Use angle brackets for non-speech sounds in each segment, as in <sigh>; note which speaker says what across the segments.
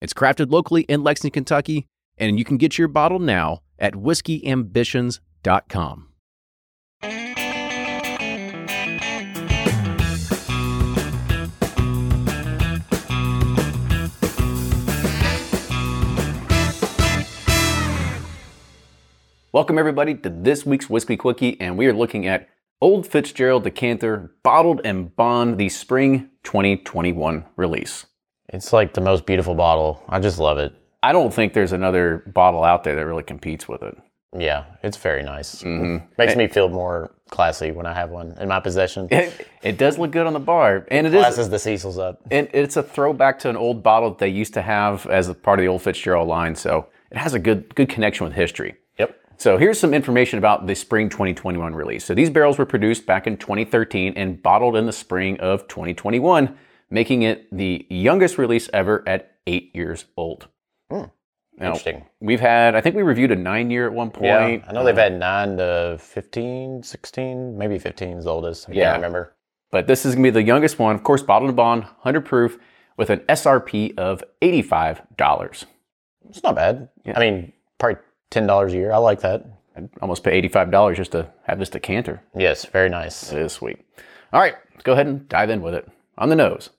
Speaker 1: It's crafted locally in Lexington, Kentucky, and you can get your bottle now at whiskeyambitions.com. Welcome, everybody, to this week's Whiskey Quickie, and we are looking at Old Fitzgerald Decanter Bottled and Bond, the Spring 2021 release.
Speaker 2: It's like the most beautiful bottle. I just love it.
Speaker 1: I don't think there's another bottle out there that really competes with it.
Speaker 2: Yeah, it's very nice.
Speaker 1: Mm.
Speaker 2: Makes me feel more classy when I have one in my possession.
Speaker 1: <laughs> It, it does look good on the bar, and it is.
Speaker 2: Classes the Cecil's up.
Speaker 1: And it's a throwback to an old bottle that they used to have as a part of the old Fitzgerald line, so it has a good good connection with history.
Speaker 2: Yep.
Speaker 1: So here's some information about the spring 2021 release. So these barrels were produced back in 2013 and bottled in the spring of 2021, making it the youngest release ever at eight years old. Now,
Speaker 2: Interesting.
Speaker 1: We've had, I think we reviewed a nine year at one point.
Speaker 2: Yeah, I know they've had 9 to 15, 16, maybe 15 is the oldest. I
Speaker 1: Yeah.
Speaker 2: can't remember.
Speaker 1: But this is gonna be the youngest one, of course, bottled and bond, 100 proof, with an SRP of $85.
Speaker 2: It's not bad. I mean, probably $10 a year. I like that.
Speaker 1: I'd almost pay $85 just to have this decanter.
Speaker 2: Yes, very nice.
Speaker 1: It is sweet. All right, let's go ahead and dive in with it. On the nose,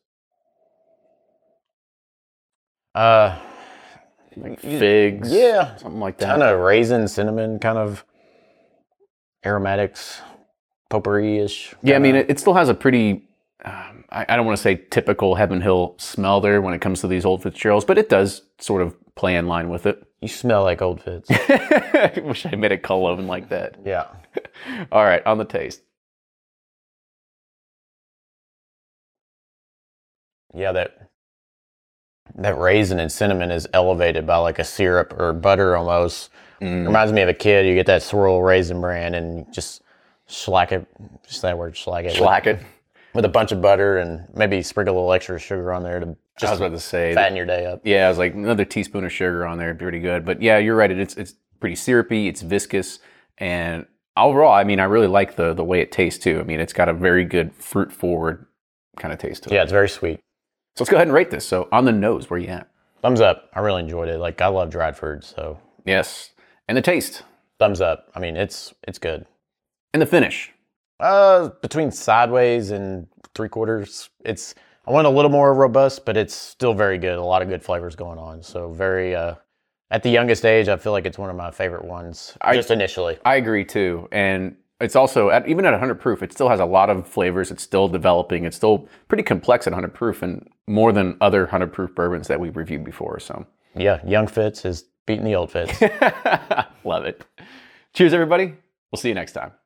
Speaker 2: Uh,
Speaker 1: like figs.
Speaker 2: yeah,
Speaker 1: Something like that.
Speaker 2: kind of raisin, cinnamon, kind of aromatics, potpourri ish.
Speaker 1: Yeah, I mean, it, it still has a pretty, um, I, I don't want to say typical Heaven Hill smell there when it comes to these old Fitzgeralds, but it does sort of play in line with it. <laughs>
Speaker 2: You smell like old fits.
Speaker 1: I wish I made a cull oven like that.
Speaker 2: yeah.
Speaker 1: All right, on the taste.
Speaker 2: Yeah, that that raisin and cinnamon is elevated by like a syrup or butter almost.
Speaker 1: Mm.
Speaker 2: Reminds me of a kid. You get that swirl raisin bran and just slack it. Just that word, slack it. with-
Speaker 1: Black it.
Speaker 2: With, a bunch of butter and maybe sprinkle a little extra sugar on there to
Speaker 1: I was
Speaker 2: just
Speaker 1: about to say. that-
Speaker 2: fatten your day up.
Speaker 1: yeah, I was like another teaspoon of sugar on there, would be pretty good. But yeah, you're right. It, it's it's pretty syrupy. It's viscous, and overall, I mean, I really like the the way it tastes too. I mean, it's got a very good fruit forward kind of taste to it.
Speaker 2: Yeah, it's very sweet.
Speaker 1: So let's go ahead and rate this. So on the nose, where you at?
Speaker 2: Thumbs up. I really enjoyed it. Like I love dried food, so
Speaker 1: Yes, and the taste
Speaker 2: thumbs up. I mean, it's it's good.
Speaker 1: and the finish.
Speaker 2: Uh, between sideways and three quarters, it's I want a little more robust, but it's still very good. A lot of good flavors going on. So very uh, at the youngest age, I feel like it's one of my favorite ones.
Speaker 1: I-
Speaker 2: just initially,
Speaker 1: I agree too, and it's also at, even at 100 proof, it still has a lot of flavors. It's still developing. It's still pretty complex at 100 proof, and more than other 100 proof bourbons that we've reviewed before. So
Speaker 2: yeah, young <laughs> fits is beating the old fits.
Speaker 1: <laughs> love it. Cheers, everybody. We'll see you next time.